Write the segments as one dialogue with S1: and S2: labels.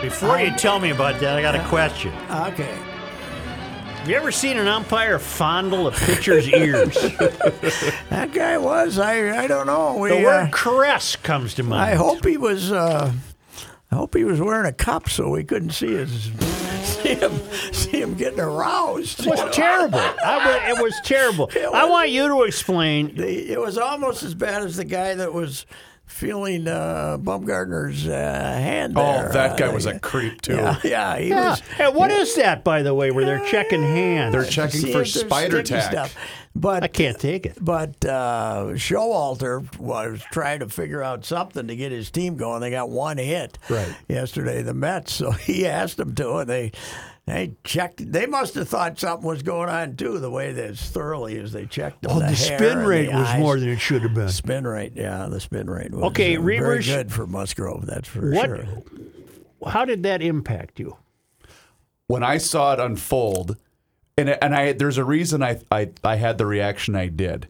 S1: Before you tell me about that, I got a question.
S2: Okay.
S1: Have you ever seen an umpire fondle a pitcher's ears?
S2: That guy was. I I don't know. We,
S1: The
S2: uh,
S1: word caress comes to mind.
S2: I hope he was. Uh, I hope he was wearing a cup so we couldn't see his see him see him getting aroused.
S1: It was terrible. I wa- it was terrible. I want you to explain.
S2: They- It was almost as bad as the guy that was feeling uh, Bumgardner's uh, hand.
S3: Oh,
S2: there.
S3: that guy
S2: Uh,
S3: was a creep too.
S2: Yeah, yeah, he
S1: Yeah.
S2: was.
S1: And what is that, by the way, where they're checking hands?
S3: They're checking
S2: See
S3: for
S2: if there's
S3: spider
S2: sticky
S3: tack.
S2: stuff.
S1: I
S2: But
S1: can't take it.
S2: But uh, Showalter was trying to figure out something to get his team going. They got one hit
S3: Right.
S2: yesterday, the Mets. So he asked them to, and they they checked. They must have thought something was going on too, the way that as thoroughly as they checked. them,
S1: Oh,
S2: the,
S1: the
S2: hair
S1: spin
S2: and
S1: rate
S2: the
S1: was
S2: eyes.
S1: more than it should have been.
S2: spin rate. Yeah, the spin rate was
S1: Okay,
S2: uh, very
S1: Reavers-
S2: good for Musgrove. That's for
S1: What?
S2: sure.
S1: How did that impact you?
S3: When I saw it unfold, and and I there's a reason I I, I had the reaction I did.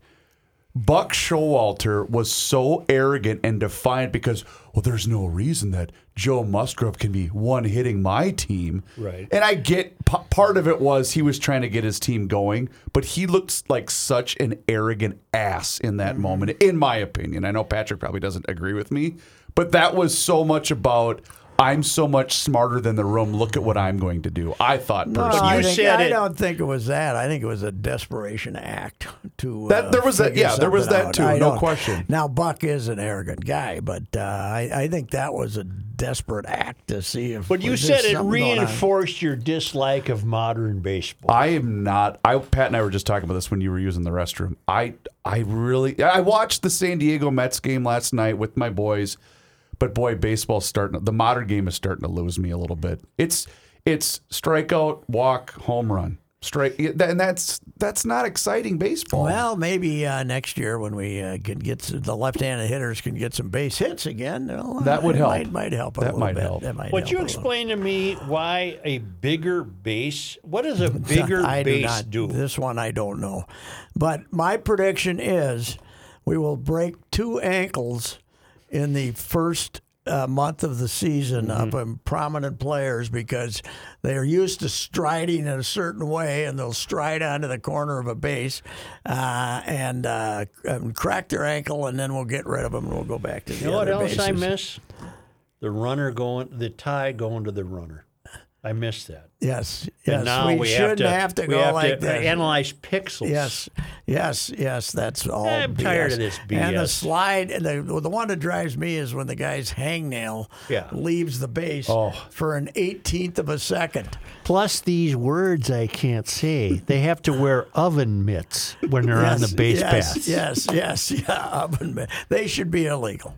S3: Buck Showalter was so arrogant and defiant because well, there's no reason that Joe Musgrove can be one hitting my team.
S1: Right.
S3: And I get p- part of it was he was trying to get his team going, but he looks like such an arrogant ass in that
S2: Mm-hmm.
S3: moment, in my opinion. I know Patrick probably doesn't agree with me, but that was so much about I'm so much smarter than the room. Look at what I'm going to do. I thought
S2: No,
S3: personally.
S2: I,
S1: You
S2: think-
S1: said
S2: I
S1: it.
S2: don't think it was that. I think it was a desperation act to.
S3: That-
S2: uh,
S3: there was that-
S2: figure
S3: yeah, there was
S2: something
S3: that
S2: out.
S3: too,
S2: I
S3: no
S2: don't-
S3: question.
S2: Now Buck is an arrogant guy, but uh, I, I think that was a desperate act to see if.
S1: But you
S2: was
S1: said
S2: there
S1: it
S2: something going on?
S1: reinforced your dislike of modern baseball.
S3: I am not. I Pat and I were just talking about this when you were using the restroom. I I really I watched the San Diego Mets game last night with my boys, but boy, baseball's starting. The modern game is starting to lose me a little bit. It's it's strikeout, walk, home run, strike, and that's that's not exciting baseball.
S2: Well, maybe uh, next year when we uh, can get s- the left-handed hitters can get some base hits again. well, uh,
S3: That would
S2: it
S3: help.
S2: Might, might help. A
S3: That
S2: little
S3: might
S2: bit.
S3: help.
S2: That might
S1: Would
S2: help
S1: you
S2: a little.
S1: explain to me why a bigger base? What does a bigger
S2: I do
S1: base
S2: not
S1: do?
S2: This one I don't know. But my prediction is we will break two ankles in the first uh, month of the season
S1: Mm-hmm.
S2: of um, prominent players because they are used to striding in a certain way and they'll stride onto the corner of a base uh, and, uh, and crack their ankle and then we'll get rid of them and we'll go back to the
S1: You know what
S2: other
S1: else I
S2: bases.
S1: miss? The runner going, the tie going to the runner. I miss that.
S2: Yes, yes.
S1: And now
S2: we,
S1: we,
S2: shouldn't have to,
S1: we
S2: go
S1: have
S2: like
S1: to uh,
S2: that.
S1: Analyze pixels.
S2: Yes, yes, yes. That's all.
S1: I'm
S2: BS.
S1: tired of this
S2: And the
S1: BS.
S2: slide, and the the one that drives me is when the guy's hangnail
S1: Yeah. Oh.
S2: leaves the base for an eighteenth of a second.
S1: Plus these words I can't say. They have to wear oven mitts when they're on the base
S2: yes,
S1: paths.
S2: Yes, yes, yeah. oven mitt. They should be illegal.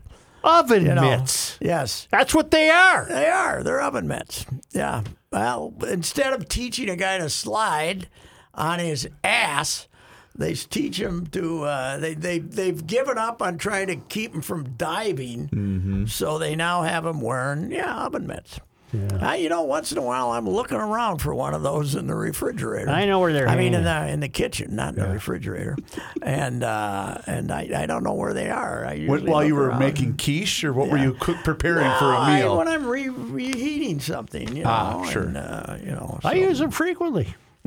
S1: Oven
S2: you know.
S1: mitts.
S2: Yes,
S1: That's what they are.
S2: they are. They're oven mitts. Yeah. Well, instead of teaching a guy to slide on his ass. They teach him to. Uh, they they they've given up on trying to keep him from diving,
S1: Mm-hmm.
S2: so they now have him wearing yeah oven mitts. I, you know, once in a while, I'm looking around for one of those in the refrigerator.
S1: I know where they're
S2: I mean, in the in the kitchen, not in the refrigerator, and uh, and I, I don't know where they are. I
S3: What-
S2: usually
S3: while
S2: look
S3: you were
S2: around.
S3: making quiche, or what were
S2: Yeah.
S3: you cook preparing for
S2: No,
S3: a
S2: Oh, I-
S3: meal?
S2: when I'm re- reheating something, you know.
S3: Ah, sure.
S2: And, uh, you know,
S1: I
S2: so-
S1: use them frequently.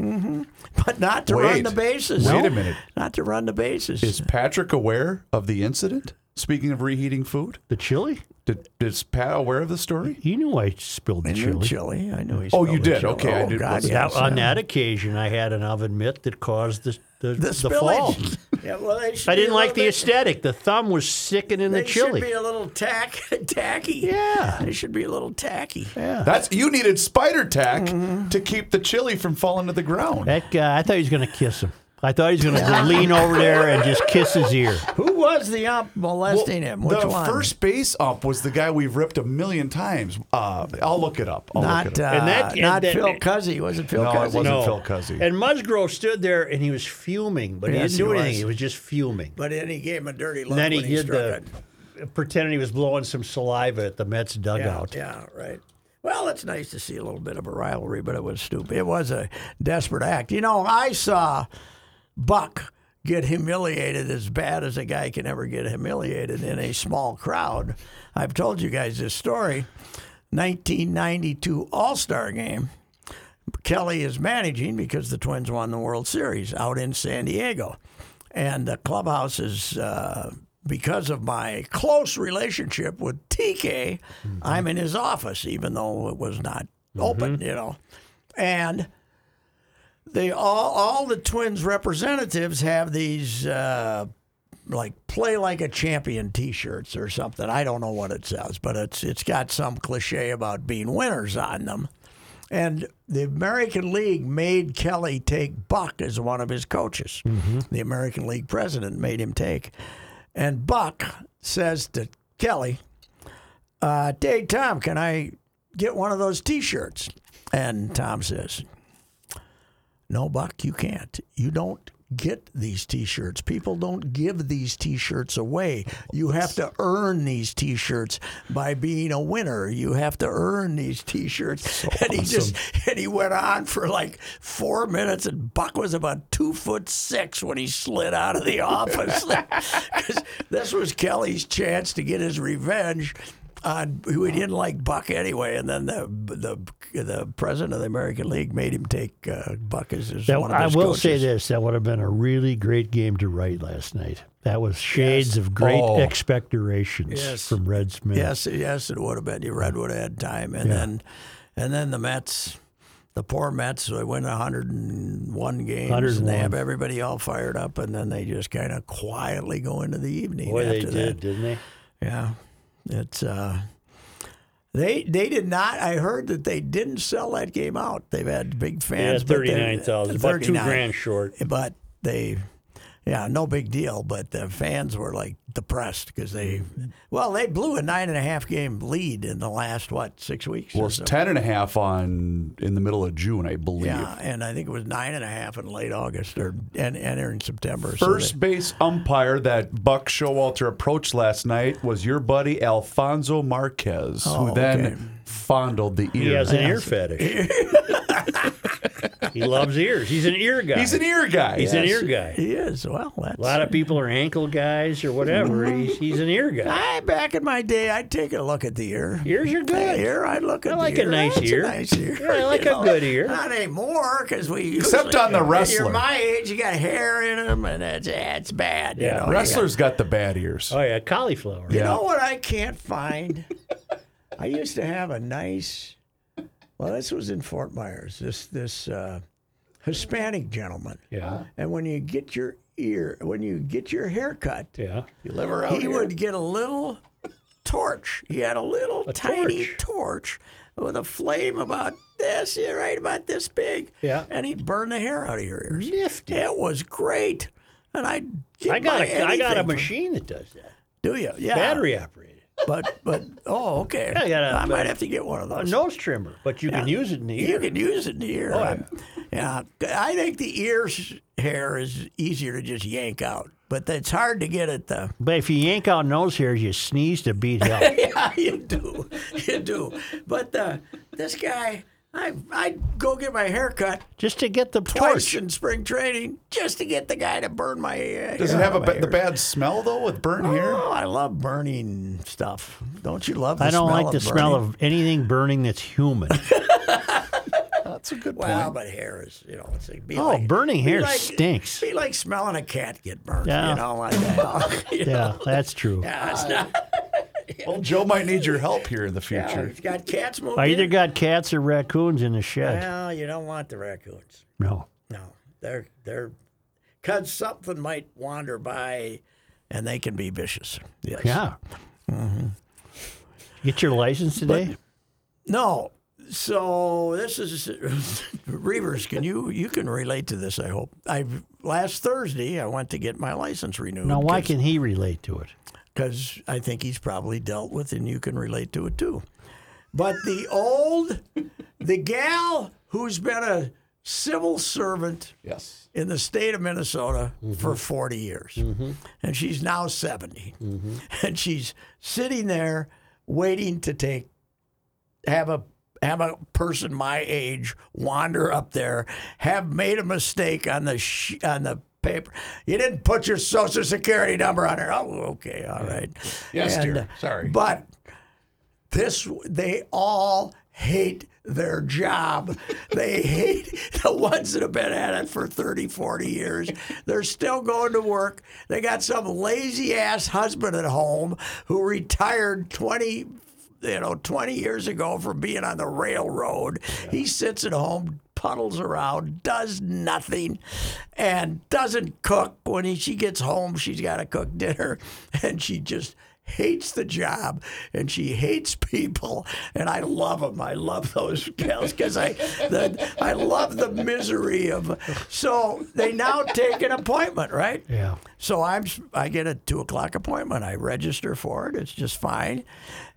S2: but not to run
S3: Wait.
S2: the bases.
S3: Wait a minute.
S2: Not to run the bases.
S3: Is Patrick aware of the incident? Speaking of reheating food,
S1: The chili?
S3: did is Pat aware of the story?
S1: You knew I spilled the
S2: I knew
S1: chili.
S2: chili. I knew he
S3: Oh, you
S2: spelled it
S3: did.
S2: chili.
S3: Okay, I
S2: Oh,
S3: did- uh,
S2: God,
S3: wasn't-
S2: yes.
S1: That- Uh, on that occasion, I had an oven mitt that caused the the,
S2: the,
S1: the fall.
S2: spillage. yeah, well, they should
S1: I
S2: be
S1: didn't
S2: a
S1: like
S2: little
S1: the
S2: bit-
S1: aesthetic. The thumb was sticking in
S2: They
S1: the chili.
S2: should be a little tack, tacky.
S1: Yeah.
S2: They should be a little tacky.
S3: That's you needed spider tack to keep the chili from falling to the ground.
S1: That guy, I thought he was going to kiss him. I thought he was going to lean over there and just kiss his ear.
S2: Who was the ump molesting him? Which
S3: the
S2: one?
S3: first base up was the guy we've ripped a million times. Uh, I'll look it up. I'll look
S2: not
S3: it up.
S2: uh,
S1: And that- and
S2: not
S1: that-
S2: Phil Cuzzy. Was it Phil
S3: No, it
S2: Cuzzy?
S3: wasn't. Phil Cuzzy.
S1: And Musgrove stood there and he was fuming, but
S2: Yes,
S1: he didn't do
S2: he
S1: anything.
S2: was.
S1: He was just fuming.
S2: But then he gave him a dirty look
S1: And then he
S2: when he
S1: did
S2: struck
S1: the
S2: it.
S1: pretending he was blowing some saliva at the Mets dugout.
S2: Yeah, right. Well, it's nice to see a little bit of a rivalry, but it was stupid. It was a desperate act. You know, I saw Buck get humiliated as bad as a guy can ever get humiliated in a small crowd. I've told you guys this story. 1992 All Star Game. Kelly is managing because the Twins won the World Series out in San Diego. And the clubhouse is, uh, because of my close relationship with TK, I'm in his office, even though it was not open, you know. And they all, all the Twins representatives have these uh, like play like a champion t-shirts or something. I don't know what it says, but it's it's got some cliche about being winners on them. And the American League made Kelly take Buck as one of his coaches. The American League president made him take. And Buck says to Kelly, uh, Dave Tom, can I get one of those t-shirts? And Tom says, no, Buck, you can't. You don't get these t shirts. People don't give these t shirts away. You have to earn these t shirts by being a winner. You have to earn these t shirts. and he just and he went on for like four minutes and Buck was about two foot six when he slid out of the office. 'Cause this was Kelly's chance to get his revenge on who he didn't like Buck anyway, and then the the the president of the American League made him take uh, Buck as his
S1: That,
S2: one of
S1: I
S2: his
S1: will
S2: coaches.
S1: say this: that would have been a really great game to write last night. That was shades of great
S3: Oh.
S1: expectorations
S2: Yes.
S1: from Red Smith.
S2: Yes, yes, it would have been. You read would have had time, and then and then the Mets, the poor Mets, they win 101 games, and
S1: 101.
S2: they have everybody all fired up, and then they just kind of quietly go into the evening.
S1: boy, they
S2: after
S1: did,
S2: that.
S1: didn't they?
S2: Yeah, it's uh, they they did not. I heard that they didn't sell that game out. They've had big fans. but they-
S4: 39,000, about two
S2: 39.
S4: grand short.
S2: But they, yeah, no big deal. But the fans were like depressed because they, well, they blew a nine and a half game lead in the last what six weeks.
S4: uh,
S2: or
S3: Well, it's
S2: so.
S3: 10 and a half on in the middle of June, I believe.
S2: Yeah, and I think it was nine and a half in late August or and, and in September. so
S3: First base umpire that Buck Showalter approached last night was your buddy Alfonso Marquez, who
S2: Oh,
S3: then
S2: okay.
S3: fondled the
S4: He
S3: ear.
S4: has an ear fetish. he loves ears. He's an ear guy.
S3: He's an ear guy.
S4: He's an ear guy.
S2: they- he is well. That's
S4: A lot of people are ankle guys or whatever. He's, he's an ear guy.
S2: I back in my day, I'd take a look at the ear.
S4: Ears are good.
S2: Ear, I look at
S4: I
S2: the
S4: like a
S2: ear.
S4: nice
S2: That's
S4: ear.
S2: nice ear.
S4: Yeah, I like
S2: You
S4: a good ear.
S2: Not anymore, because we
S3: Except
S2: usually-
S3: on the wrestler.
S2: You're my age, you got hair in them, and it's it's bad.
S4: Yeah.
S2: You know, You
S3: Wrestlers got the bad ears.
S4: Oh, yeah, cauliflower.
S2: You
S3: Yeah.
S2: know what I can't find? I used to have a nice. Well, this was in Fort Myers. This this uh, Hispanic gentleman,
S4: Yeah.
S2: and when you get your ear, when you get your hair cut,
S4: Yeah.
S3: You live around
S2: he
S3: here.
S2: would get a little torch. He had a little tiny
S4: torch.
S2: torch. with a flame about this, yeah, right about this big.
S4: Yeah.
S2: and he'd burn the hair out of your ears.
S4: Nifty.
S2: It was great, and I.
S4: I got a I got a machine that does that.
S2: Do you? Yeah.
S4: Battery operated.
S2: But but oh okay.
S4: I got a-
S2: might have to get one of
S4: A
S2: those.
S4: nose trimmer, but you can use it in the
S2: You
S4: ear.
S2: can use it in the ear.
S4: yeah.
S2: yeah. I think the ear's hair is easier to just yank out, but it's hard to get at the.
S1: But if you yank out nose hairs, you sneeze to beat hell.
S2: Yeah, you do, you do. But uh, this guy, I I go get my hair cut
S1: Just to get the
S2: twice
S1: torch.
S2: in spring training just to get the guy to burn my. Uh,
S3: Does
S2: hair
S3: it
S2: out
S3: have a,
S2: of
S3: ba-
S2: my
S3: the
S2: ears.
S3: bad smell though with burnt hair?
S2: Oh, I love burning stuff. Don't you love? The
S1: I don't
S2: smell
S1: like
S2: of
S1: the smell
S2: burning?
S1: of anything burning that's human.
S3: That's a good
S2: Well,
S3: point.
S2: but hair is, you know, it's like, be
S1: Oh,
S2: like,
S1: burning hair
S2: like-
S1: stinks.
S2: be like smelling a cat get burned.
S1: Yeah.
S2: You know, like that. yeah,
S1: Yeah, that's true.
S3: Oh,
S2: it's not.
S3: Well, Joe might need your help here in the future.
S2: It's got cats moving.
S1: I either
S2: in.
S1: got cats or raccoons in the shed.
S2: Well, you don't want the raccoons.
S1: No.
S2: No, they're they're because something might wander by, and they can be vicious. Yes.
S1: Yeah.
S4: Mm-hmm.
S1: Get your license today?
S2: No. So this is Reavers. Can you you can relate to this? I hope. I last Thursday I went to get my license renewed.
S1: now, why
S2: 'cause-
S1: can he relate to it?
S2: because I think he's probably dealt with, and you can relate to it too. But the old, the gal who's been a civil servant
S3: Yes.
S2: in the state of Minnesota for 40 years, and she's now 70, and she's sitting there waiting to take have a have a person my age wander up there, have made a mistake on the sh- on the paper. You didn't put your social security number on there. Oh, okay, all right.
S3: Yes,
S2: And,
S3: dear. Sorry.
S2: But This they all hate their job. they hate the ones that have been at it for 30, 40 years. They're still going to work. They got some lazy ass husband at home who retired 20 you know, 20 years ago for being on the railroad. He sits at home, puddles around, does nothing, and doesn't cook. When he, she gets home, she's got to cook dinner, and she just hates the job and she hates people and I love them I love those gals because I the, I love the misery of so they now take an appointment right
S1: Yeah.
S2: so I'm I get a two o'clock appointment. I register for it. It's just fine,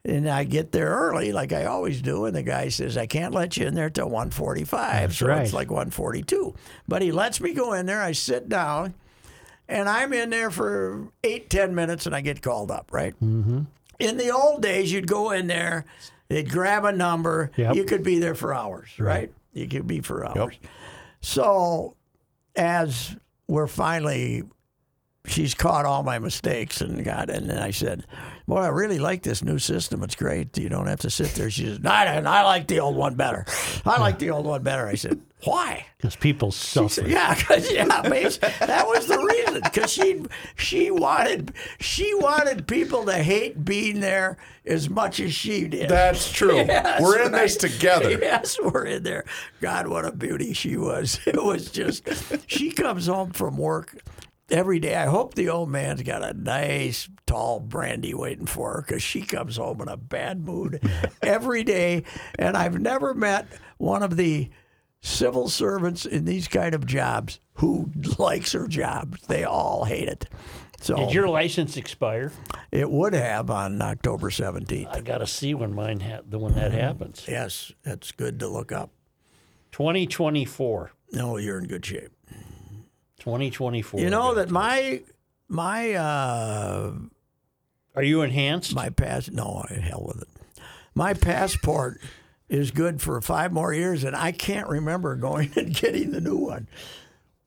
S2: and I get there early like I always do. And the guy says I can't let you in there till one forty-five. So
S1: right.
S2: it's like one forty-two. But he lets me go in there. I sit down, and I'm in there for eight ten minutes, and I get called up. Right. Mm-hmm. In the old days, you'd go in there, they'd grab a number.
S1: Yep.
S2: You could be there for hours. Right. You could be for hours. So as we're finally she's caught all my mistakes and got and then I said, Boy, I really like this new system. It's great. You don't have to sit there. She says, No, I, don't. I like the old one better. I like the old one better. I said, Why?
S1: Because people suffer.
S2: Yeah, 'cause- yeah, bas- that was the reason. Because she she wanted she wanted people to hate being there as much as she did.
S3: That's true.
S2: Yes,
S3: We're in this
S2: right.
S3: together.
S2: Yes, we're in there. God, what a beauty she was. It was just, she comes home from work every day. I hope the old man's got a nice tall brandy waiting for her because she comes home in a bad mood every day. And I've never met one of the civil servants in these kind of jobs who likes her job. They all hate it. So
S4: Did your license expire?
S2: it would have on October 17th.
S4: I gotta see when mine ha- the when
S1: Mm-hmm.
S4: that happens.
S2: Yes, that's good to look up.
S4: 2024.
S2: No, you're in good shape.
S4: 2024.
S2: You know that my my uh
S4: Are you enhanced?
S2: my pass no hell with it. My passport is good for five more years, and I can't remember going and getting the new one.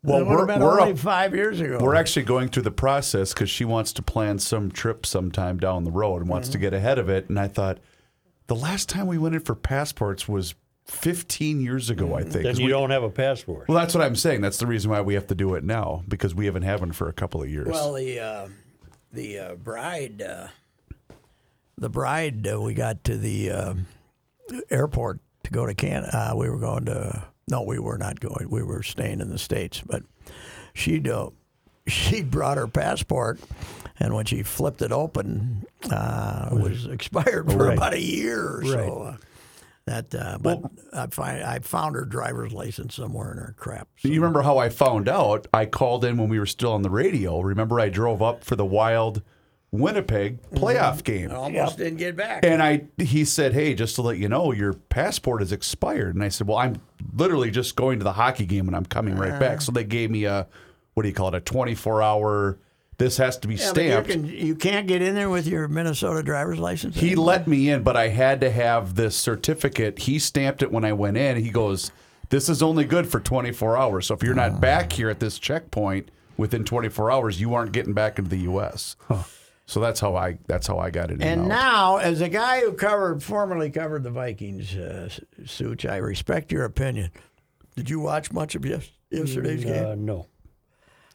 S3: Well,
S2: It would've
S3: we're-
S2: been
S3: we're
S2: only
S3: up-
S2: five years ago.
S3: We're actually going through the process because she wants to plan some trip sometime down the road and wants to get ahead of it. And I thought the last time we went in for passports was 15 years ago, I think.
S4: then
S3: 'Cause
S4: you
S3: we-
S4: don't have a passport.
S3: well, that's what I'm saying. That's the reason why we have to do it now because we haven't had one for a couple of years.
S2: well, the uh, the uh, bride uh, the bride uh, we got to the uh, airport to go to Canada. Uh, we were going to no, we were not going. We were staying in the states, but she uh, she brought her passport, and when she flipped it open, uh, it was expired for
S1: Right.
S2: about a year or so. Uh, that uh, but I find I found her driver's license somewhere in her crap. so-
S3: you remember how I found out? I called in when we were still on the radio. Remember, I drove up for the Wild Winnipeg
S2: Mm-hmm.
S3: playoff game.
S2: Almost didn't get back.
S3: And I, he said, "Hey, just to let you know, your passport is expired." And I said, "Well, I'm literally just going to the hockey game and I'm coming right
S2: Uh-huh.
S3: back." So they gave me a, what do you call it, a 24 hour. This has to be
S2: Yeah, but
S3: stamped.
S2: You, can, you can't get in there with your Minnesota driver's license.
S3: he let me in, but I had to have this certificate. He stamped it when I went in. He goes, "This is only good for 24 hours. So if you're not back here at this checkpoint within 24 hours, you aren't getting back into the U.S." So that's how I that's how I got it.
S2: and
S3: in out.
S2: now, as a guy who covered formerly covered the Vikings, uh, Such, I respect your opinion. Did you watch much of yes, yesterday's game?
S4: Uh, no.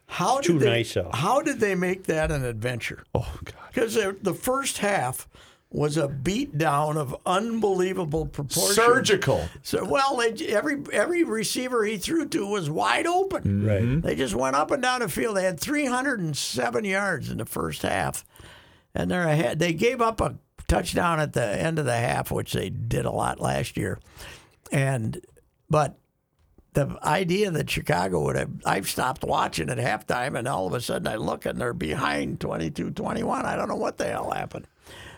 S2: How
S4: too
S2: did they,
S4: nice out.
S2: How did they make that an adventure?
S3: oh god,
S2: Because the first half was a beatdown of unbelievable proportions.
S3: surgical.
S2: So well, they, every every receiver he threw to was wide
S3: Mm.
S2: open.
S4: Right.
S2: They just went up and down the field. They had 307 yards in the first half, and they're ahead. They gave up a touchdown at the end of the half, which they did a lot last year. And but the idea that Chicago would have, I've stopped watching at halftime, and all of a sudden I look and they're behind 22-21. I don't know what the hell happened.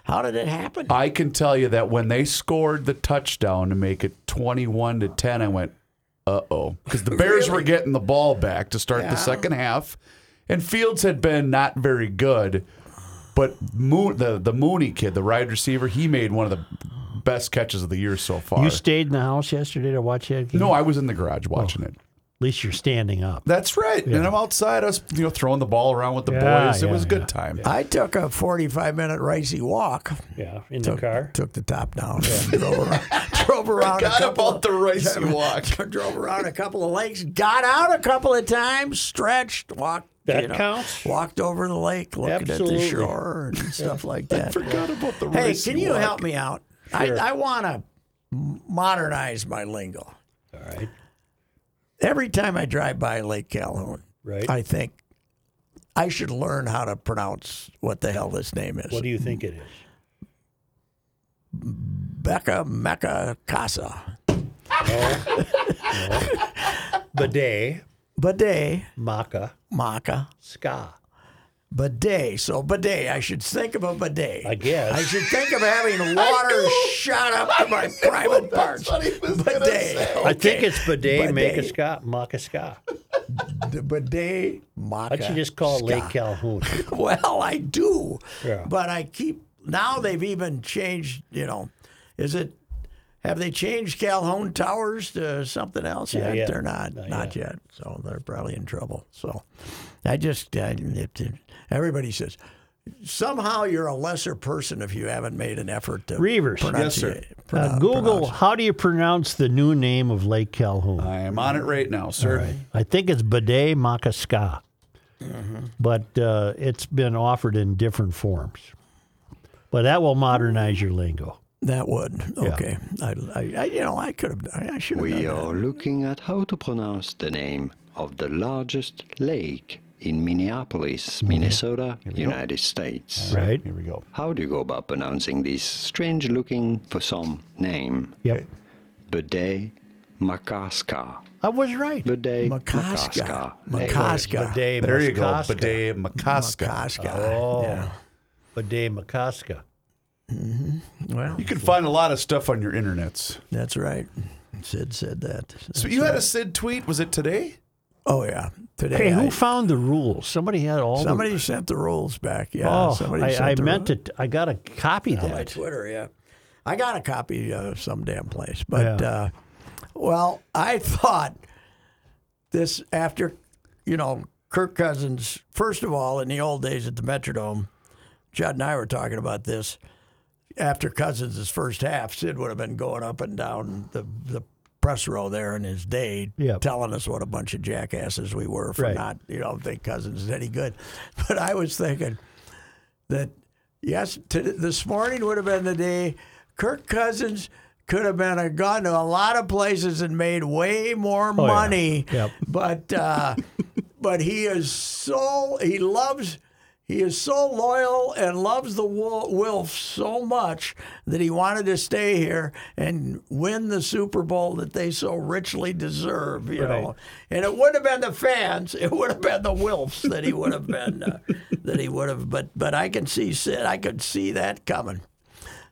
S2: How did it happen?
S3: I can tell you that when they scored the touchdown to make it 21 to 10, I went, uh oh. Because the Bears were getting the ball back to start the second half, and Fields had been not very good. But Moon, the, the Mooney kid, the wide receiver, he made one of the best catches of the year so far.
S1: You stayed in the house yesterday to watch that game?
S3: no, I was in the garage watching it.
S1: least you're standing up.
S3: That's right. And I'm outside. I was you know throwing the ball around with the
S4: Yeah,
S3: boys. It
S4: yeah,
S3: was a good
S4: yeah.
S3: time.
S2: I took a 45 minute ricey walk.
S4: Yeah, in the car.
S2: Took the top down. drove around, drove around a
S3: Forgot
S2: couple
S3: about the race you walk.
S2: drove around a couple of lakes, got out a couple of times, stretched, walked.
S4: That counts.
S2: Walked over the lake, looking at
S4: Absolutely.
S2: the shore and stuff like that.
S3: Forgot about the
S2: Hey,
S3: race
S2: can
S3: you
S2: you
S3: walk.
S2: help me out? I, I want to modernize my lingo.
S4: All right.
S2: Every time I drive by Lake Calhoun,
S4: Right.
S2: I think I should learn how to pronounce what the hell this name is.
S4: What do you think it is?
S2: Becca Mecca Casa.
S4: Bidet,
S2: Bidet,
S4: maca,
S2: maca,
S4: ska.
S2: bidet. So bidet, I should think of a bidet.
S4: I guess.
S2: I should think of having water shot up to my private parts.
S3: That's what he was gonna
S2: Bidet.
S3: say.
S4: I think it's bidet,
S2: Bidet.
S4: maca, ska, maca, ska.
S2: The bidet, maca.
S4: Why don't you just call it Lake Calhoun?
S2: Well, I do,
S4: Yeah.
S2: but I keep now. They've even changed. You know, is it? Have they changed Calhoun Towers to something else yet?
S4: yet.
S2: They're not, not, yet. So they're probably in trouble. So I just I, it, it- everybody says somehow you're a lesser person if you haven't made an effort to
S1: Reavers.
S2: pronounce
S3: Yes, sir.
S2: it.
S1: Uh,
S2: pronoun-
S1: Google,
S2: pronounce
S1: how do you pronounce the new name of Lake Calhoun?
S3: I am on it right now, sir.
S1: I think it's Bidet Makaska, but uh, it's been offered in different forms. But that will modernize your lingo.
S2: it. That would okay. I, I, I you know I could have I should have done
S5: We
S1: uh,
S2: that.
S5: are looking at how to pronounce the name of the largest lake in Minneapolis, Minnesota, United States.
S1: Right?
S3: Here we go.
S5: How do you go about pronouncing this strange looking for some name?
S1: Yep.
S5: Bidet Makaska.
S1: I was right.
S5: Bidet
S2: Makaska.
S5: Makaska.
S2: Makaska.
S1: Bidet
S3: There you go.
S1: Makaska.
S3: Bidet Makaska.
S2: Makaska.
S1: Oh,
S2: Yeah.
S1: Bidet Makaska.
S2: Well,
S3: You can find a lot of stuff on your internets.
S2: that's right. Sid said that.
S3: So you had a Sid tweet. Was it today?
S2: oh yeah, today
S1: Hey,
S2: I-
S1: who found the rules? Somebody had all
S2: somebody sent the rules back.
S1: the.
S2: Yeah,
S1: Oh,
S2: somebody sent
S1: I, I
S2: the
S1: meant
S2: rules.
S1: it. I got to copy
S2: by
S1: that.
S2: Twitter. Yeah, I got a copy uh, some damn place. But
S1: Yeah.
S2: uh, well, I thought this after you know Kirk Cousins. First of all, in the old days at the Metrodome, Judd and I were talking about this. After Cousins' first half, Sid would have been going up and down the the press row there in his day,
S1: Yep.
S2: telling us what a bunch of jackasses we were for
S1: Right.
S2: not, you know, think Cousins is any good. But I was thinking that yes, to, this morning would have been the day Kirk Cousins could have been a gone to a lot of places and made way more
S1: yeah.
S2: money.
S1: Yep.
S2: But uh, but he is so he loves he is so loyal and loves the Wil- Wilf so much that he wanted to stay here and win the Super Bowl that they so richly deserve. You know, and it wouldn't have been the fans; it would have been the Wilfs that he would have been uh, that he would have. But but I can see Sid. I could see that coming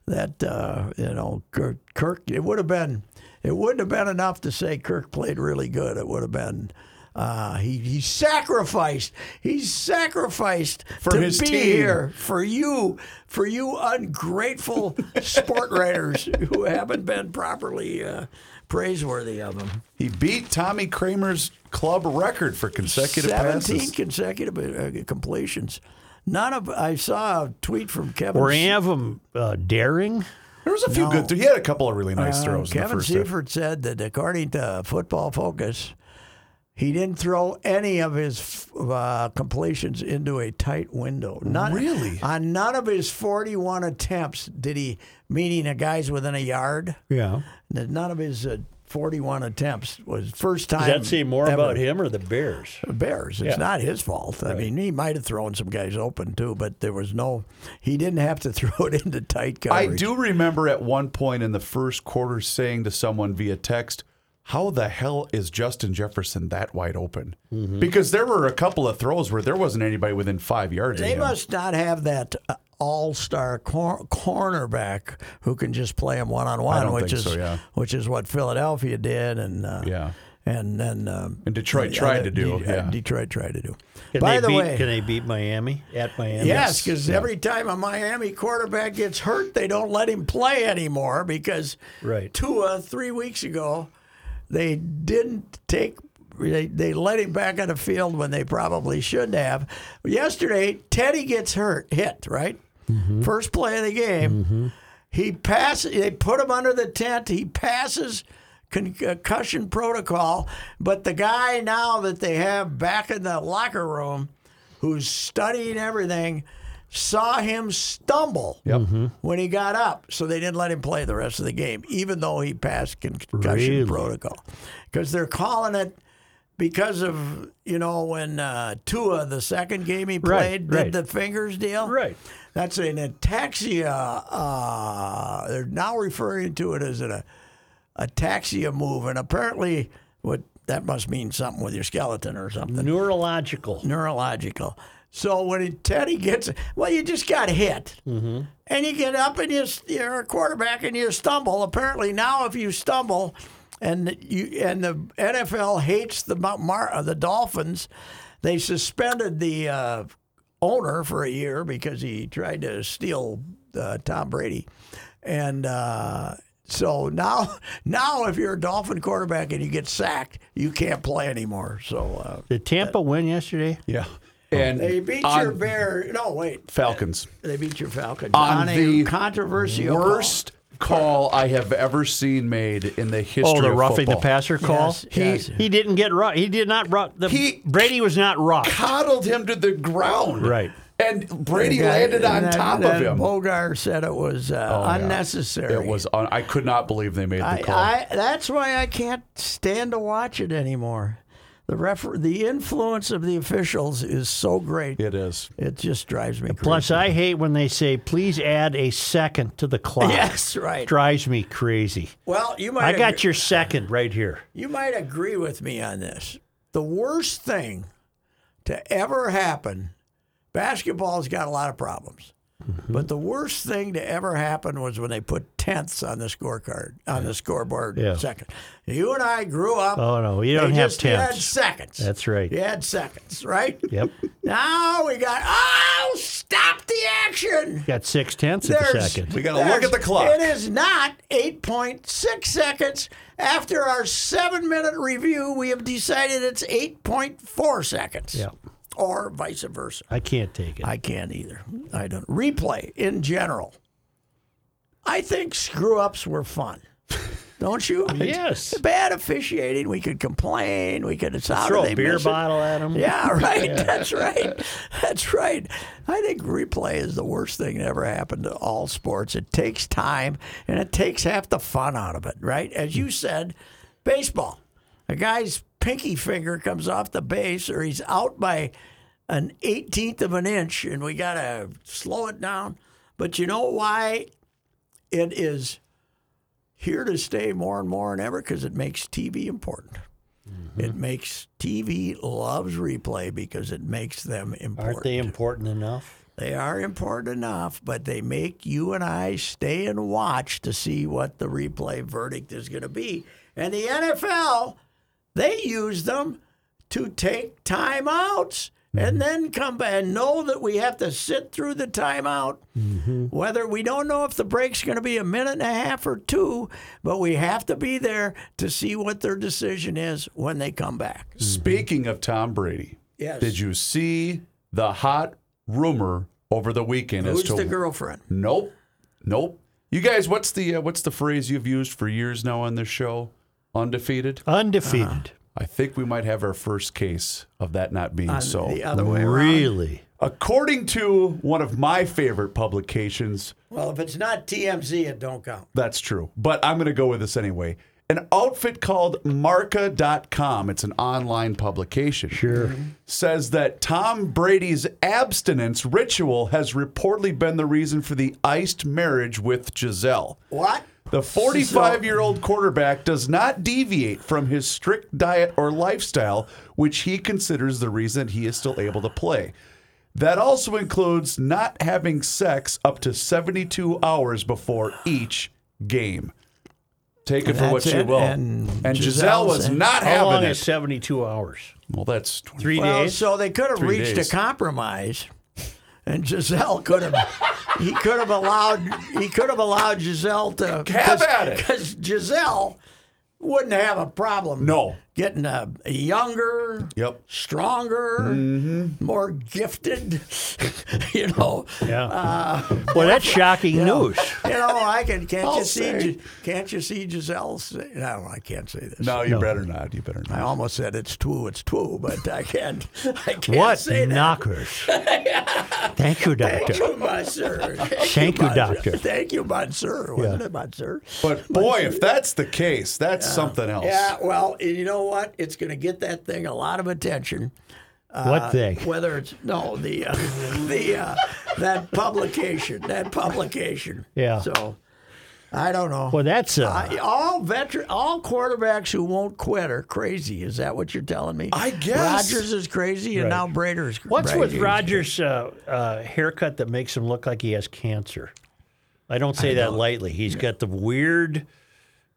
S2: that uh, you know Kirk, Kirk. It would have been, it wouldn't have been enough to say Kirk played really good. It would have been. Uh, he he sacrificed. He sacrificed for to
S3: his
S2: be
S3: team.
S2: here for you, for you ungrateful sport writers who haven't been properly uh, praiseworthy of him.
S3: He beat Tommy Kramer's club record for consecutive
S2: 17
S3: passes.
S2: consecutive uh, completions. None of I saw a tweet from Kevin.
S1: Were
S2: Se-
S1: any of them uh, daring?
S3: There was a few good. He had a couple of really nice throws in the
S2: Um, Kevin
S3: first half.
S2: Seifert said that according to Football Focus, he didn't throw any of his uh, completions into a tight window. None,
S3: Really?
S2: On none of his 41 attempts did he, meaning a guy's within a yard,
S1: Yeah.
S2: none of his uh, 41 attempts was first time.
S4: Does that say more
S2: ever-
S4: about him or the Bears?
S2: the Bears. It's not his fault. I mean, he might have thrown some guys open too, but there was no. He didn't have to throw it into tight
S3: I
S2: coverage.
S3: do remember at one point in the first quarter saying to someone via text, "How the hell is Justin Jefferson that wide open?"
S2: Mm-hmm.
S3: Because there were a couple of throws where there wasn't anybody within five yards.
S2: They
S3: of him.
S2: must not have that uh, all-star cor- cornerback who can just play him one-on-one,
S3: don't
S2: which
S3: think
S2: is
S3: so, yeah.
S2: which is what Philadelphia did, and uh,
S3: Yeah.
S2: and then um,
S3: And Detroit
S2: the
S3: tried
S2: other-
S3: to do,
S2: De-
S3: yeah.
S2: Detroit tried to do.
S4: Can
S2: By
S4: they
S2: the
S4: beat,
S2: way,
S4: can they beat Miami at Miami?
S2: yes, because every time a Miami quarterback gets hurt, they don't let him play anymore because
S4: Right.
S2: Tua three weeks ago they didn't take they, they let him back on the field when they probably shouldn't have. Yesterday, Teddy gets hurt, hit right,
S4: Mm-hmm.
S2: first play of the game. He passes. They put him under the tent. He passes con- concussion protocol, but the guy now that they have back in the locker room, who's studying everything. Saw him stumble
S1: Mm-hmm.
S2: when he got up, so they didn't let him play the rest of the game, even though he passed concussion
S1: Really?
S2: protocol, because they're calling it because of you know when uh, Tua the second game he
S1: Right,
S2: played
S1: right.
S2: did the fingers deal.
S1: Right.
S2: That's an ataxia. Uh, they're now referring to it as an uh, ataxia move, and apparently, what that must mean something with your skeleton or something
S1: Neurological.
S2: neurological. So when he, Teddy gets, well, you just got hit, mm-hmm. and you get up and you, you're a quarterback and you stumble. Apparently now, if you stumble, and you and the NFL hates the Mount Mar, uh, the Dolphins, they suspended the uh, owner for a year because he tried to steal uh, Tom Brady, and. Uh, so now, now if you're a Dolphin quarterback and you get sacked, you can't play anymore. So uh,
S1: Did Tampa win yesterday?
S3: Yeah. And
S2: they beat
S3: on
S2: your bear. No, wait.
S3: Falcons.
S2: They beat your Falcons
S3: On
S2: a
S3: the
S2: controversial call.
S3: Worst call I have ever seen made in the history
S1: Oh, the
S3: of
S1: roughing
S3: football.
S1: the passer call.
S2: Yes,
S1: he
S2: yes.
S1: he didn't get rough. He did not rough. The,
S3: He-
S1: Brady was not rough.
S3: Coddled him to the ground.
S1: Right.
S3: And Brady
S2: Yeah,
S3: landed on
S2: and that-
S3: top
S2: that
S3: of him. Oh,
S2: Bogar said it was uh, unnecessary.
S3: It was. Un- I could not believe they made the
S2: I,
S3: call.
S2: I, that's why I can't stand to watch it anymore. The refer- the influence of the officials is so great.
S3: it
S1: Mm-hmm.
S3: is.
S2: It just drives me crazy.
S1: Plus, I hate when they say, "Please add a second to the clock."
S2: Yes, right.
S1: Drives me crazy.
S2: well, you might
S1: I
S2: agree-
S1: got your second right here.
S2: You might agree with me on this. The worst thing to ever happen, basketball's got a lot of problems,
S1: Mm-hmm.
S2: but the worst thing to ever happen was when they put tenths on the scorecard, on the scoreboard
S1: Yeah.
S2: second. You and I grew up.
S1: Oh, no, you
S2: they
S1: don't have
S2: just- You had
S1: tenths.
S2: seconds.
S1: That's right.
S2: You had seconds, right?
S1: Yep,
S2: Now we got, oh, stop the action.
S1: got six tenths of a
S2: There's-
S1: second.
S3: We got to look at the
S2: There's-
S3: clock.
S2: It is not 8.6 seconds. After our seven minute review, we have decided it's 8.4 seconds.
S1: Yep.
S2: Or vice versa.
S1: I can't take it.
S2: I can't either. I don't. Replay in general. I think screw ups were fun. Don't you?
S1: Yes.
S2: Bad officiating. We could complain. We could. It's how did
S1: Throw
S2: they
S1: a beer
S2: miss it?
S1: bottle at him.
S2: Yeah, right. That's right. That's right. I think replay is the worst thing that ever happened to all sports. It takes time and it takes half the fun out of it, right? As you said, baseball. A guy's pinky finger comes off the base or he's out by an 18th of an inch and we got to slow it down. But you know why it is here to stay more and more than ever? Because it makes TV important.
S1: Mm-hmm.
S2: It makes TV loves replay because it makes them important.
S1: Aren't they important enough?
S2: They are important enough, but they make you and I stay and watch to see what the replay verdict is going to be. And the NFL, they use them to take timeouts
S3: Mm-hmm.
S2: and then come back and know that we have to sit through the timeout.
S3: Mm-hmm.
S2: Whether we don't know if the break's going to be a minute and a half or two, but we have to be there to see what their decision is when they come back.
S3: Speaking of Tom Brady,
S2: Yes.
S3: Mm. did you see the hot rumor over the weekend as
S2: Who's
S3: to
S2: the girlfriend?
S3: Nope. Nope. You guys, what's the uh, what's the phrase you've used for years now on this show? Undefeated.
S1: Undefeated.
S3: I think we might have our first case of that not being so.
S2: the other way around.
S1: really?
S3: According to one of my favorite publications,
S2: Well, if it's not TMZ, it don't count.
S3: that's true. But I'm going to go with this anyway. An outfit called Marca.com, it's an online publication. Sure. Says that Tom Brady's abstinence ritual has reportedly been the reason for the iced marriage with Giselle.
S2: What?
S3: The 45 year old quarterback does not deviate from his strict diet or lifestyle, which he considers the reason he is still able to play. That also includes not having sex up to 72 hours before each game. Take it for
S2: That's
S3: what you
S2: it,
S3: will.
S2: and
S3: And, Giselle
S2: Giselle's-
S3: was not
S1: How long
S3: having
S1: is
S3: it.
S1: seventy-two hours?
S3: Well, that's 20.
S1: Three
S2: Well,
S1: days.
S2: so they could have
S3: Three
S2: reached
S3: days.
S2: a compromise, and Giselle could have. he could have allowed. He could have allowed Giselle to
S3: Have at it.
S2: because Giselle wouldn't have a problem.
S3: No.
S2: getting a, a younger,
S3: Yep.
S2: stronger,
S3: Mm-hmm.
S2: more gifted. you know,
S1: Yeah.
S2: Uh,
S1: well, that's shocking news.
S2: you know, I can. Can't
S3: I'll
S2: you see?
S3: say.
S2: Gi- Can't you see Giselle? Say, no, I can't say this.
S3: No, you better not. You better
S2: I
S3: not.
S2: almost said it's two, it's two, but I can't. I can't
S1: What
S2: say that.
S1: knockers? Thank you,
S2: Thank
S1: doctor.
S2: you, Monsieur.
S1: Thank you, doctor.
S2: Thank you, Monsieur. Wasn't it, Monsieur?
S3: But boy, if that's the case, that's something else.
S2: Yeah, well, and you know what? It's going to get that thing a lot of attention. Uh,
S1: what thing?
S2: Whether it's no the uh, the uh, that publication, that publication.
S1: Yeah.
S2: So I don't know.
S1: Well, that's uh,
S2: I, all veteran, all quarterbacks who won't quit are crazy. Is that what you're telling me?
S3: I guess.
S2: Rogers is crazy, and now Brader's.
S1: What's with
S2: Brady's-
S1: Rogers' uh, uh, haircut that makes him look like he has cancer? I don't say that lightly. He's got the weird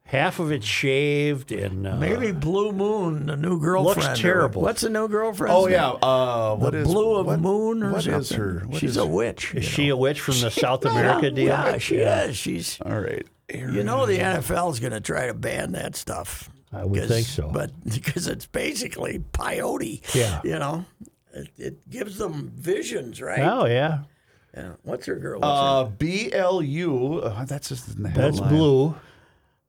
S1: half of it shaved and uh,
S2: Maybe Blue Moon, the new girlfriend. or-
S1: terrible.
S2: What's the new girlfriend?
S3: Oh yeah. Uh, what is
S2: Blue of
S3: what-
S2: Moon or
S3: what
S2: something.
S3: is her? What
S2: She's
S3: is
S2: a
S3: her?
S2: witch.
S1: is she a witch from the
S2: Oh,
S1: South America deal?
S2: Yeah, she is. She's.
S3: All right.
S2: You know the NFL's going to try to ban that stuff.
S1: I would
S2: 'Cause-
S1: think so.
S2: but because it's basically peyote.
S1: Yeah.
S2: you know, it, it gives them visions, right?
S1: Oh yeah,
S2: Yeah. What's her girl? What's
S3: Uh, B L U. Uh, that's just in the
S1: that's
S3: headline.
S1: blue.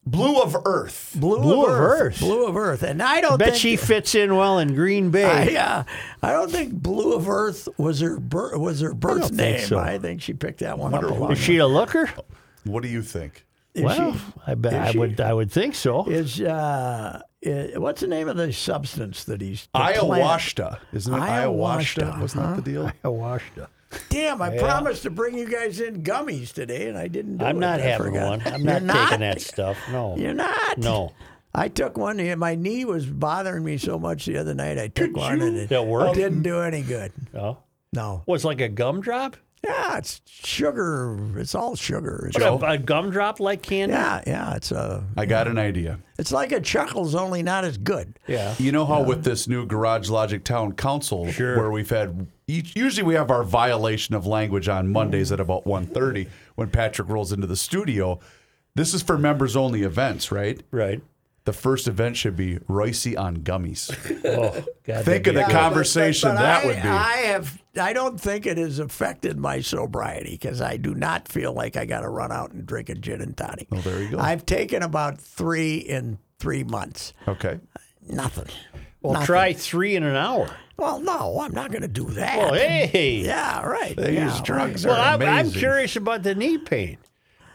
S3: Blue of Earth.
S2: Blue,
S1: Blue
S2: of
S1: of
S2: Earth.
S1: Earth.
S2: Blue of Earth. And I don't
S1: Bet
S2: think
S1: she fits in well in Green Bay.
S2: I, uh, I don't think Blue of Earth was her bir- was her birth
S1: think
S2: name.
S1: so.
S2: I think she picked that one up. along
S1: is she a looker?
S3: What do you think?
S2: the- Is
S1: well,
S2: she-
S1: I bet I
S2: she-
S1: would. I would think so.
S2: is uh, i- what's the name of the substance that he's the plant?
S3: Ayahuasca. Isn't it
S2: Ayahuasca,
S3: ayahuasca? Wasn't that the deal?
S1: Ayahuasca.
S2: Damn, I promised to bring you guys in gummies today, and I didn't. Do
S1: I'm
S2: it.
S1: not
S2: I
S1: having
S2: forgot.
S1: one. I'm
S2: You're
S1: not, taking that stuff. No.
S2: You're not.
S1: No.
S2: I took one. and My knee was bothering me so much the other night. I took one, and it
S1: That worked?
S2: didn't do any good.
S1: No.
S2: No.
S1: Was like a gumdrop?
S2: Yeah, it's sugar. It's all sugar. It's
S1: A, a gumdrop like candy?
S2: Yeah, yeah, it's a,
S3: I got an idea.
S2: it's like a chuckles, only not as good.
S1: Yeah.
S3: You know how with this new Garage Logic Town Council, where we've had each, usually we have our violation of language on Mondays at about 1.30 when Patrick rolls into the studio. This is for members only events, right?
S1: Right.
S3: The first event should be Roycey on gummies.
S1: Oh, God.
S3: Think of the conversation
S2: But
S3: that
S2: I,
S3: would be.
S2: I have. I don't think it has affected my sobriety because I do not feel like I got to run out and drink a gin and tonic. Well,
S3: there you go.
S2: I've taken about three in three months.
S3: okay.
S2: Nothing.
S1: Well,
S2: Nothing.
S1: try three in an hour.
S2: Well, no, I'm not going to do that.
S1: Well, hey.
S2: Yeah, right.
S3: These
S2: yeah,
S3: drugs
S1: well,
S3: are
S1: I'm, I'm
S3: amazing.
S1: curious about the knee pain.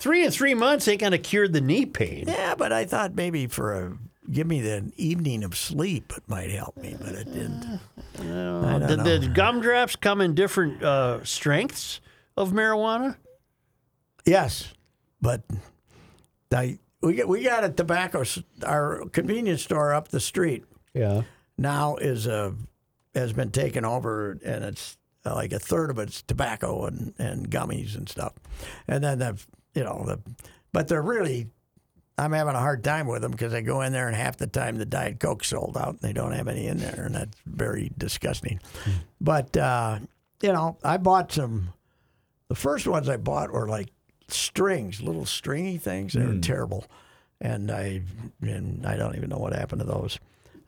S1: Three in three months ain't going to cure the knee pain.
S2: Yeah, but I thought maybe for a give me the evening of sleep it might help me, but it didn't. I
S1: The,
S2: don't know.
S1: the gumdrops come in different uh, strengths of marijuana.
S2: Yes, but I, we got we got a tobacco s- our convenience store up the street
S1: Yeah.
S2: now is a has been taken over and it's uh, like a third of it's tobacco and, and gummies and stuff, and then the you know the but they're really I'm having a hard time with them because I go in there and half the time the diet coke sold out and they don't have any in there and that's very disgusting. But uh, you know I bought some. The first ones I bought were like strings, little stringy things. They
S1: Hmm.
S2: were terrible, and I and I don't even know what happened to those.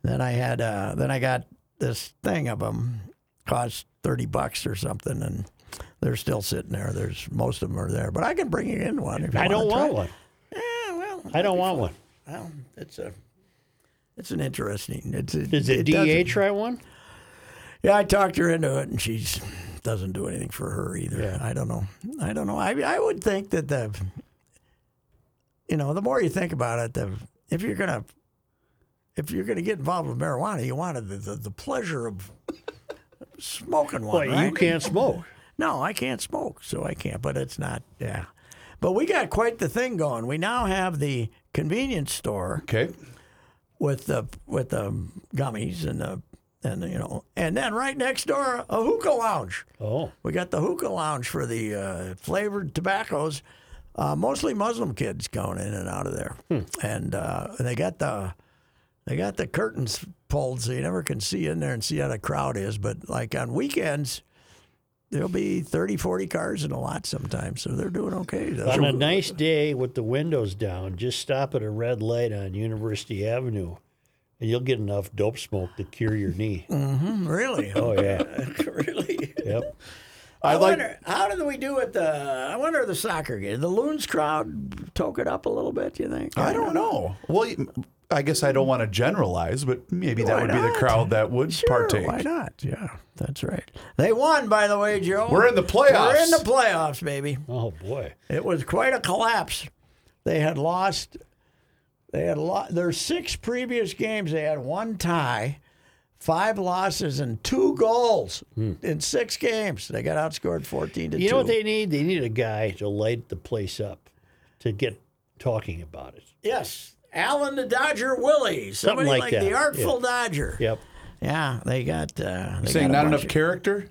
S2: Then I had uh, then I got this thing of them, cost thirty bucks or something, and they're still sitting there. There's most of them are there, but I can bring you in one if you
S1: I don't want
S2: wanna try.
S1: one.
S2: Yeah, well,
S1: I don't want one.
S2: well, it's a it's an interesting. It's a,
S1: Does the
S2: it
S1: DA
S2: doesn't-
S1: try one?
S2: yeah, I talked her into it, and she's doesn't do anything for her either. I don't know. I don't know. I I would think that the you know the more you think about it, the if you're gonna if you're gonna get involved with marijuana, you wanted the, the, the pleasure of smoking
S1: Well,
S2: one.
S1: you
S2: right?
S1: can't smoke.
S2: No, I can't smoke, so I can't. But it's not. Yeah, but we got quite the thing going. We now have the convenience store
S3: Okay.
S2: with the with the gummies and the and the, you know and then right next door a hookah lounge.
S1: Oh.
S2: We got the hookah lounge for the uh, flavored tobaccos. Uh, mostly Muslim kids going in and out of there, and uh, they got the they got the curtains pulled so you never can see in there and see how the crowd is. But like on weekends, there'll be 30, 40 cars in a lot sometimes, so they're doing okay.
S1: On a nice day with the windows down, just stop at a red light on University Avenue and you'll get enough dope smoke to cure your knee.
S2: Really?
S1: Oh yeah,
S2: really?
S1: yep.
S2: I, wonder how did we do at the? I wonder the soccer game. The loons crowd took it up a little bit. You think?
S1: Oh,
S3: I don't know. Well, you- I guess I don't want to generalize, but maybe that
S2: Why
S3: would be the
S2: not?
S3: crowd that would
S2: Sure,
S3: partake.
S2: Why not? Yeah, that's right. They won, by the way, Joe.
S3: We're in the playoffs.
S2: We're in the playoffs, baby.
S1: Oh boy.
S2: It was quite a collapse. They had lost. They had lost their six previous games. They had one tie, five losses, and two goals in six games. They got outscored fourteen to
S1: Hmm. You
S2: two.
S1: know what they need? They need a guy to light the place up to get talking about it.
S2: yes, Alan the Dodger Willie, somebody
S1: Something like that,
S2: the Artful Dodger.
S1: Yep.
S2: Yeah, they got. Uh, they
S3: Saying
S2: got
S3: not
S2: a bunch
S3: enough
S2: of-
S3: character?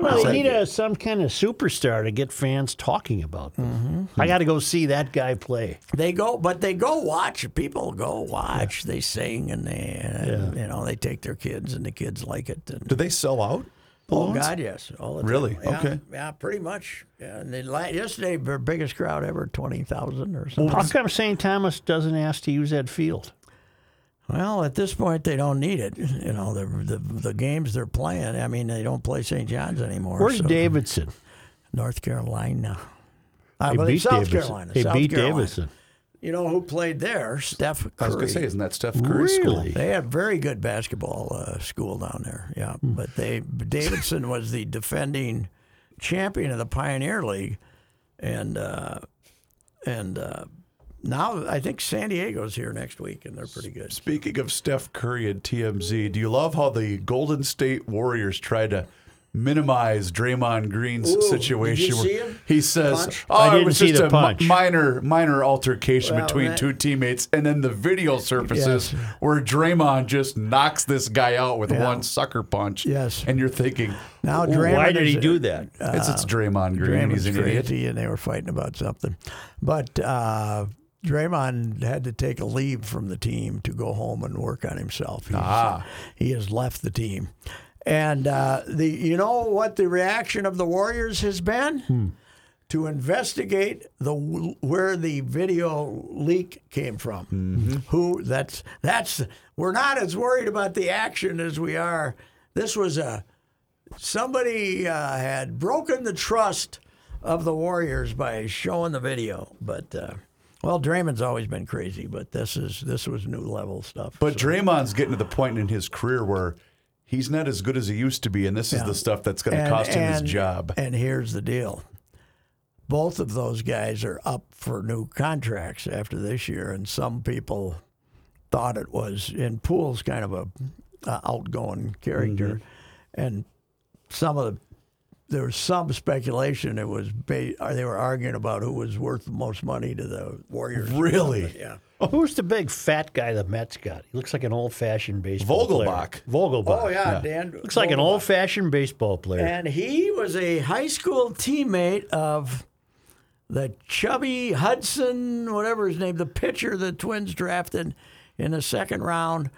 S1: Well, they need a, some kind of superstar to get fans talking about them.
S2: Mm-hmm.
S1: I got to go see that guy play.
S2: They go, but they go watch. People go watch. They sing and they, and, you know, they take their kids and the kids like it. And,
S3: Do they sell out? the
S2: oh
S3: Loons?
S2: God, yes, all the time.
S3: Really?
S2: Yeah,
S3: Okay.
S2: yeah, pretty much. Yeah, and they, la- yesterday, their biggest crowd ever, twenty thousand or something.
S1: How come St. Thomas doesn't ask to use that field?
S2: Well, at this point, they don't need it. You know, the the, the games they're playing. I mean, they don't play St. John's anymore.
S1: Where's
S2: so-
S1: Davidson?
S2: North Carolina. I
S1: They
S2: believe
S1: beat
S2: South
S1: Davidson.
S2: Carolina.
S1: They
S2: South
S1: beat
S2: Carolina.
S1: Davidson.
S2: You know who played there? Steph Curry.
S3: I was going to say, isn't that Steph Curry's school?
S1: Really?
S2: They had very good basketball uh, school down there. Yeah,
S3: Hmm.
S2: but they Davidson was the defending champion of the Pioneer League, and uh, and uh, now I think San Diego's here next week, and they're pretty good.
S3: Speaking of Steph Curry and TMZ, do you love how the Golden State Warriors tried to minimize Draymond Green's
S2: Ooh,
S3: situation?
S2: did you
S3: where
S2: see him?
S3: He says,
S2: Punch?
S3: "Oh,
S1: I
S3: it
S1: didn't
S3: was
S1: see
S3: just
S1: the
S3: a mi-
S1: punch.
S3: minor minor altercation
S2: Well,
S3: between
S2: that-
S3: two teammates," and then the video surfaces where Draymond just knocks this guy out with one sucker punch.
S2: Yes.
S3: and you're thinking,
S2: Now Draymond
S1: Why did
S2: is-
S1: he do that?
S3: "It's it's Draymond Green.
S2: Draymond's
S3: He's an idiot."
S2: crazy, and they were fighting about something. But uh, Draymond had to take a leave from the team to go home and work on himself. He's-
S3: Ah.
S2: uh, He has left the team. And uh, the you know what the reaction of the Warriors has been?
S3: Hmm.
S2: To investigate the where the video leak came from, who that's that's we're not as worried about the action as we are. This was a somebody uh, had broken the trust of the Warriors by showing the video. But uh, well, Draymond's always been crazy, but this is this was new level stuff.
S3: But Draymond's getting to the point in his career where he's not as good as he used to be, and this is the stuff that's going to
S2: And-
S3: cost him his
S2: and-
S3: job.
S2: And here's the deal. Both of those guys are up for new contracts after this year, and some people thought it was. And Poole's kind of a uh, outgoing character,
S3: Mm-hmm.
S2: and some of the there was some speculation it was ba- or they were arguing about who was worth the most money to the Warriors.
S3: Really?
S2: Yeah.
S1: Who's the big fat guy the Mets got? He looks like an old-fashioned baseball player.
S3: Vogelbach.
S1: Vogelbach.
S2: Oh yeah, Dan.
S1: Looks like an old-fashioned baseball player.
S2: And he was a high school teammate of the chubby Hudson, whatever his name, the pitcher the Twins drafted in the second round.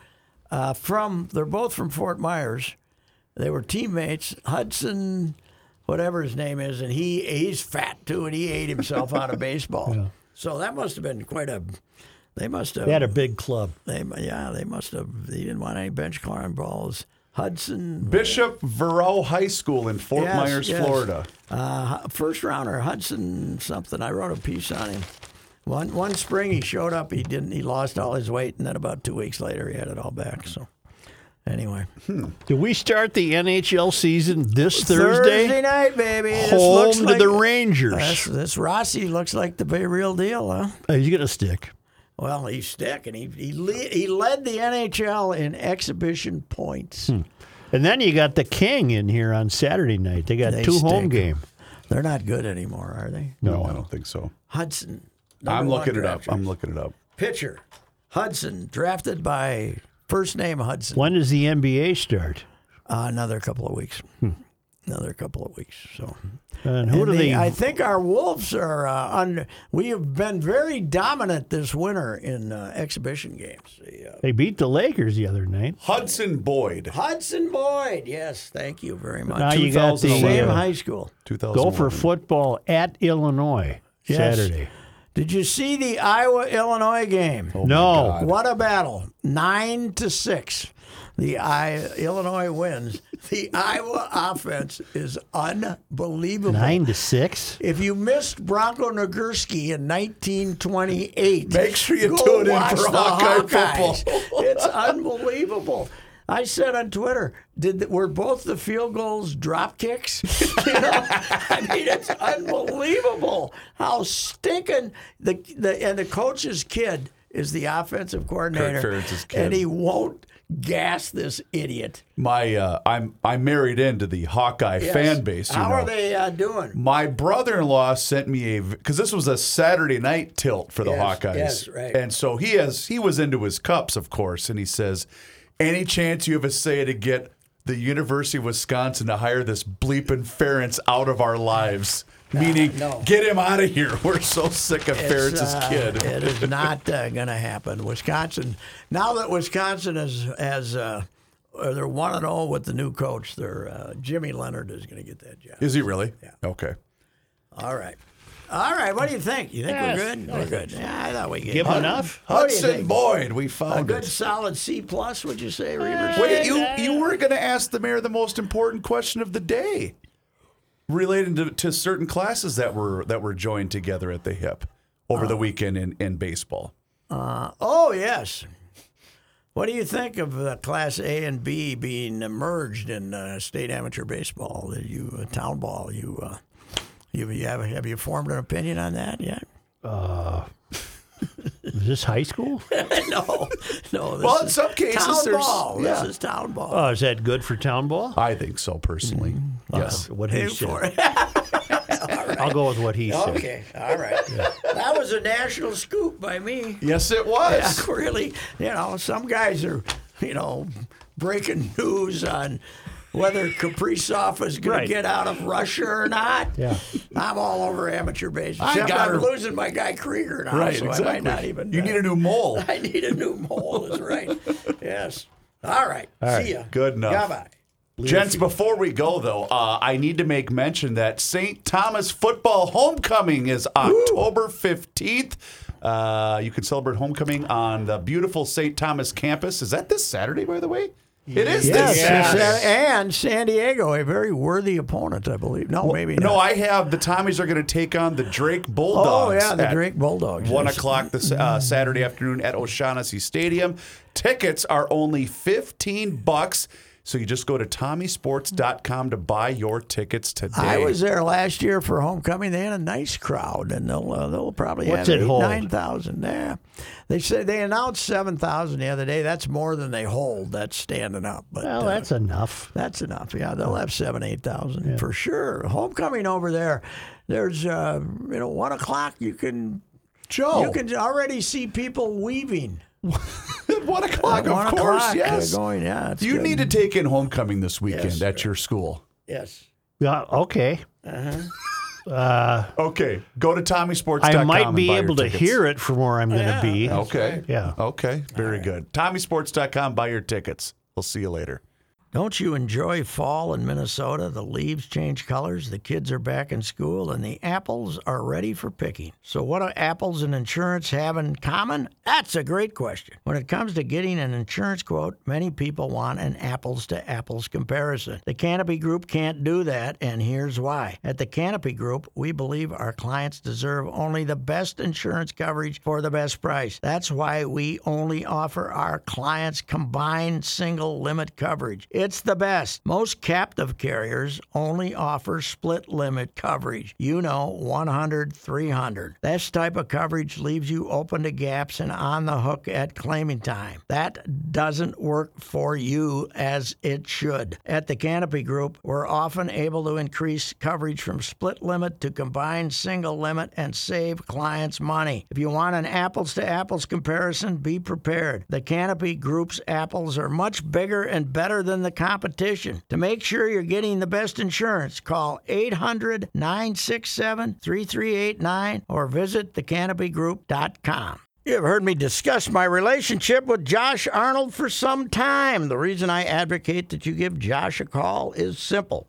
S2: Uh, from they're both from Fort Myers. They were teammates. Hudson, whatever his name is, and he he's fat too, and he ate himself out of baseball. So that must have been quite a. They must have
S1: they had a big club.
S2: they yeah they must have they didn't want any bench climb balls. Hudson
S3: Bishop Varro High School in Fort
S2: Yes,
S3: Myers,
S2: yes.
S3: Florida.
S2: uh, first rounder Hudson something. I wrote a piece on him. One one spring he showed up. He didn't. He lost all his weight, and then about two weeks later he had it all back. So anyway,
S1: Do we start the NHL season this Thursday?
S2: night, baby. This
S1: Home
S2: looks
S1: to
S2: like-
S1: the Rangers.
S2: This, this Rossi looks like the big real deal, huh?
S1: Uh, he's gonna stick.
S2: Well, he's sticking. He he, le- he led the NHL in exhibition points.
S1: Hmm. And then you got the King in here on Saturday night. They got
S2: They
S1: two home
S2: stink.
S1: game.
S2: They're not good anymore, are they?
S3: No, I don't think so.
S2: Hudson.
S3: I'm
S2: number one
S3: looking it up.
S2: draft
S3: I'm looking it up.
S2: pitcher Hudson, drafted by first name Hudson.
S1: When does the NBA start?
S2: Uh, another couple of weeks.
S1: Hmm.
S2: Another couple of weeks. So,
S1: And who
S2: And
S1: do
S2: the-
S1: they?
S2: I think our Wolves are uh, under. We have been very dominant this winter in uh, exhibition games. The, uh,
S1: they beat the Lakers the other night.
S3: Hudson Boyd,
S2: Hudson Boyd. Yes, thank you very much.
S1: Now you got the
S2: Same
S1: uh,
S2: high school.
S3: two thousand.
S1: Gopher football at Illinois
S2: Yes.
S1: Saturday.
S2: Did you see the Iowa Illinois game?
S1: Oh. no.
S2: What a battle! Nine to six, the I, Illinois wins. The Iowa offense is unbelievable.
S1: Nine to six?
S2: If you missed Bronco Nagurski in 1928,
S3: Make sure you
S2: go
S3: tune in
S2: watch
S3: for
S2: the
S3: Hawkeye
S2: Hawkeyes.
S3: football.
S2: it's unbelievable. I said on Twitter, did the, were both the field goals drop kicks? you know, I mean, it's unbelievable how stinking the the and the coach's kid is the offensive coordinator,
S3: Ferentz's kid.
S2: and he won't gas this idiot.
S3: My uh, I'm I'm married into the Hawkeye
S2: Yes.
S3: fan base. You
S2: How
S3: know.
S2: are they uh, doing?
S3: My brother-in-law sent me a because this was a Saturday night tilt for the
S2: Yes,
S3: Hawkeyes,
S2: yes, right.
S3: And so he has he was into his cups, of course, and he says, "Any chance you have a say to get the University of Wisconsin to hire this bleeping Ference out of our lives?" Meaning,
S2: no.
S3: get him out of here. We're so sick of
S2: It's,
S3: Ferentz's
S2: uh,
S3: kid.
S2: It is not uh, going to happen. Wisconsin, now that Wisconsin is has uh, uh, they're one and all with the new coach, their uh, Jimmy Leonard is going to get that job.
S3: Is he really? Yeah. Okay.
S2: All right, all right. What do you think? You think
S4: Yes,
S2: we're good? We're good. Yeah, I thought we gave
S4: Give enough?
S2: What do you
S3: Hudson
S2: think?
S3: Boyd, we
S2: a
S3: found
S2: good
S3: it.
S2: solid C plus. Would you say, Reavers?
S3: Wait, you you were going to ask the mayor the most important question of the day, relating to, to certain classes that were that were joined together at the hip over the weekend in, in baseball.
S2: Oh yes. What do you think of uh, Class A and B being merged in uh, state amateur baseball? That You uh, town ball. You uh, you, you have have you formed an opinion on that yet?
S1: Is this high school?
S2: no, no. This
S3: Well, in
S2: is
S3: some cases,
S2: town
S3: there's-
S2: ball.
S3: yeah.
S2: This is town ball.
S1: Oh, is that good for town ball?
S3: I think so personally.
S2: Mm-hmm.
S3: Yes.
S1: What
S2: Pay
S1: he
S2: for
S1: said.
S2: it.
S1: I'll go with what he said.
S2: okay, all right. That was a national scoop by me.
S3: Yes, it was.
S2: Yeah, really, you know, some guys are, you know, breaking news on whether Kaprizov is going to
S1: Right.
S2: get out of Russia or not.
S1: Yeah.
S2: I'm all over amateur baseball.
S3: I
S2: Except
S3: got
S2: I'm
S3: her-
S2: losing my guy Krieger now,
S3: Right,
S2: so I
S3: exactly.
S2: might not even.
S3: you
S2: uh,
S3: need a new mole.
S2: I need a new mole. Is right. yes. All right. See ya.
S3: Good enough.
S2: Bye-bye.
S3: Gents, before we go though, uh, I need to make mention that St. Thomas football homecoming is October fifteenth. Uh, you can celebrate homecoming on the beautiful St. Thomas campus. Is that this Saturday, by the way? It is
S2: Yes,
S3: this Saturday.
S2: yes, uh, and San Diego, a very worthy opponent, I believe. No, maybe
S3: No,
S2: not.
S3: I have the Tommies are going to take on the Drake
S2: oh
S3: Bulldogs.
S2: yeah, the
S3: at
S2: Drake Bulldogs.
S3: One
S2: Yes.
S3: o'clock this uh, Saturday afternoon at O'Shaughnessy Stadium. Tickets are only fifteen bucks. So you just go to TommySports.com to buy your tickets today.
S2: I was there last year for homecoming. They had a nice crowd, and they'll uh, they'll probably
S1: What's
S2: have
S1: it
S2: eight,
S1: hold?
S2: nine thousand. Yeah, they said they announced seven thousand the other day. That's more than they hold. That's standing up, but
S1: Well,
S2: uh,
S1: that's enough.
S2: That's enough. Yeah, they'll have seven, eight thousand for sure. Homecoming over there. There's uh, you know one o'clock. You can
S3: Joe.
S2: you can already see people weaving.
S3: At one o'clock,
S2: At one
S3: of course,
S2: o'clock, they're
S3: yes.
S2: Going, yeah, it's
S3: You
S2: good.
S3: need to take in homecoming this weekend
S2: Yes.
S3: at your school.
S2: yes.
S1: Yeah, okay.
S3: Okay, go to TommySports.com.
S1: I might
S3: and
S1: be
S3: buy your
S1: able to
S3: tickets.
S1: hear it from where I'm going to
S2: Yeah.
S1: be.
S3: Okay.
S1: Yeah.
S3: Okay. Very good. TommySports.com. Buy your tickets. We'll see you later.
S2: Don't you enjoy fall in Minnesota? The leaves change colors, the kids are back in school, and the apples are ready for picking. So, what do apples and insurance have in common? That's a great question. When it comes to getting an insurance quote, many people want an apples to apples comparison. The Canopy Group can't do that, and here's why. At the Canopy Group, we believe our clients deserve only the best insurance coverage for the best price. That's why we only offer our clients combined single limit coverage. It's the best. Most captive carriers only offer split limit coverage. You know, 100, 300. This type of coverage leaves you open to gaps and on the hook at claiming time. That doesn't work for you as it should. At the Canopy Group, we're often able to increase coverage from split limit to combined single limit and save clients money. If you want an apples to apples comparison, be prepared. The Canopy Group's apples are much bigger and better than the competition. To make sure you're getting the best insurance, call 800 967 3389 or visit thecanopygroup.com. You have heard me discuss my relationship with Josh Arnold for some time. The reason I advocate that you give Josh a call is simple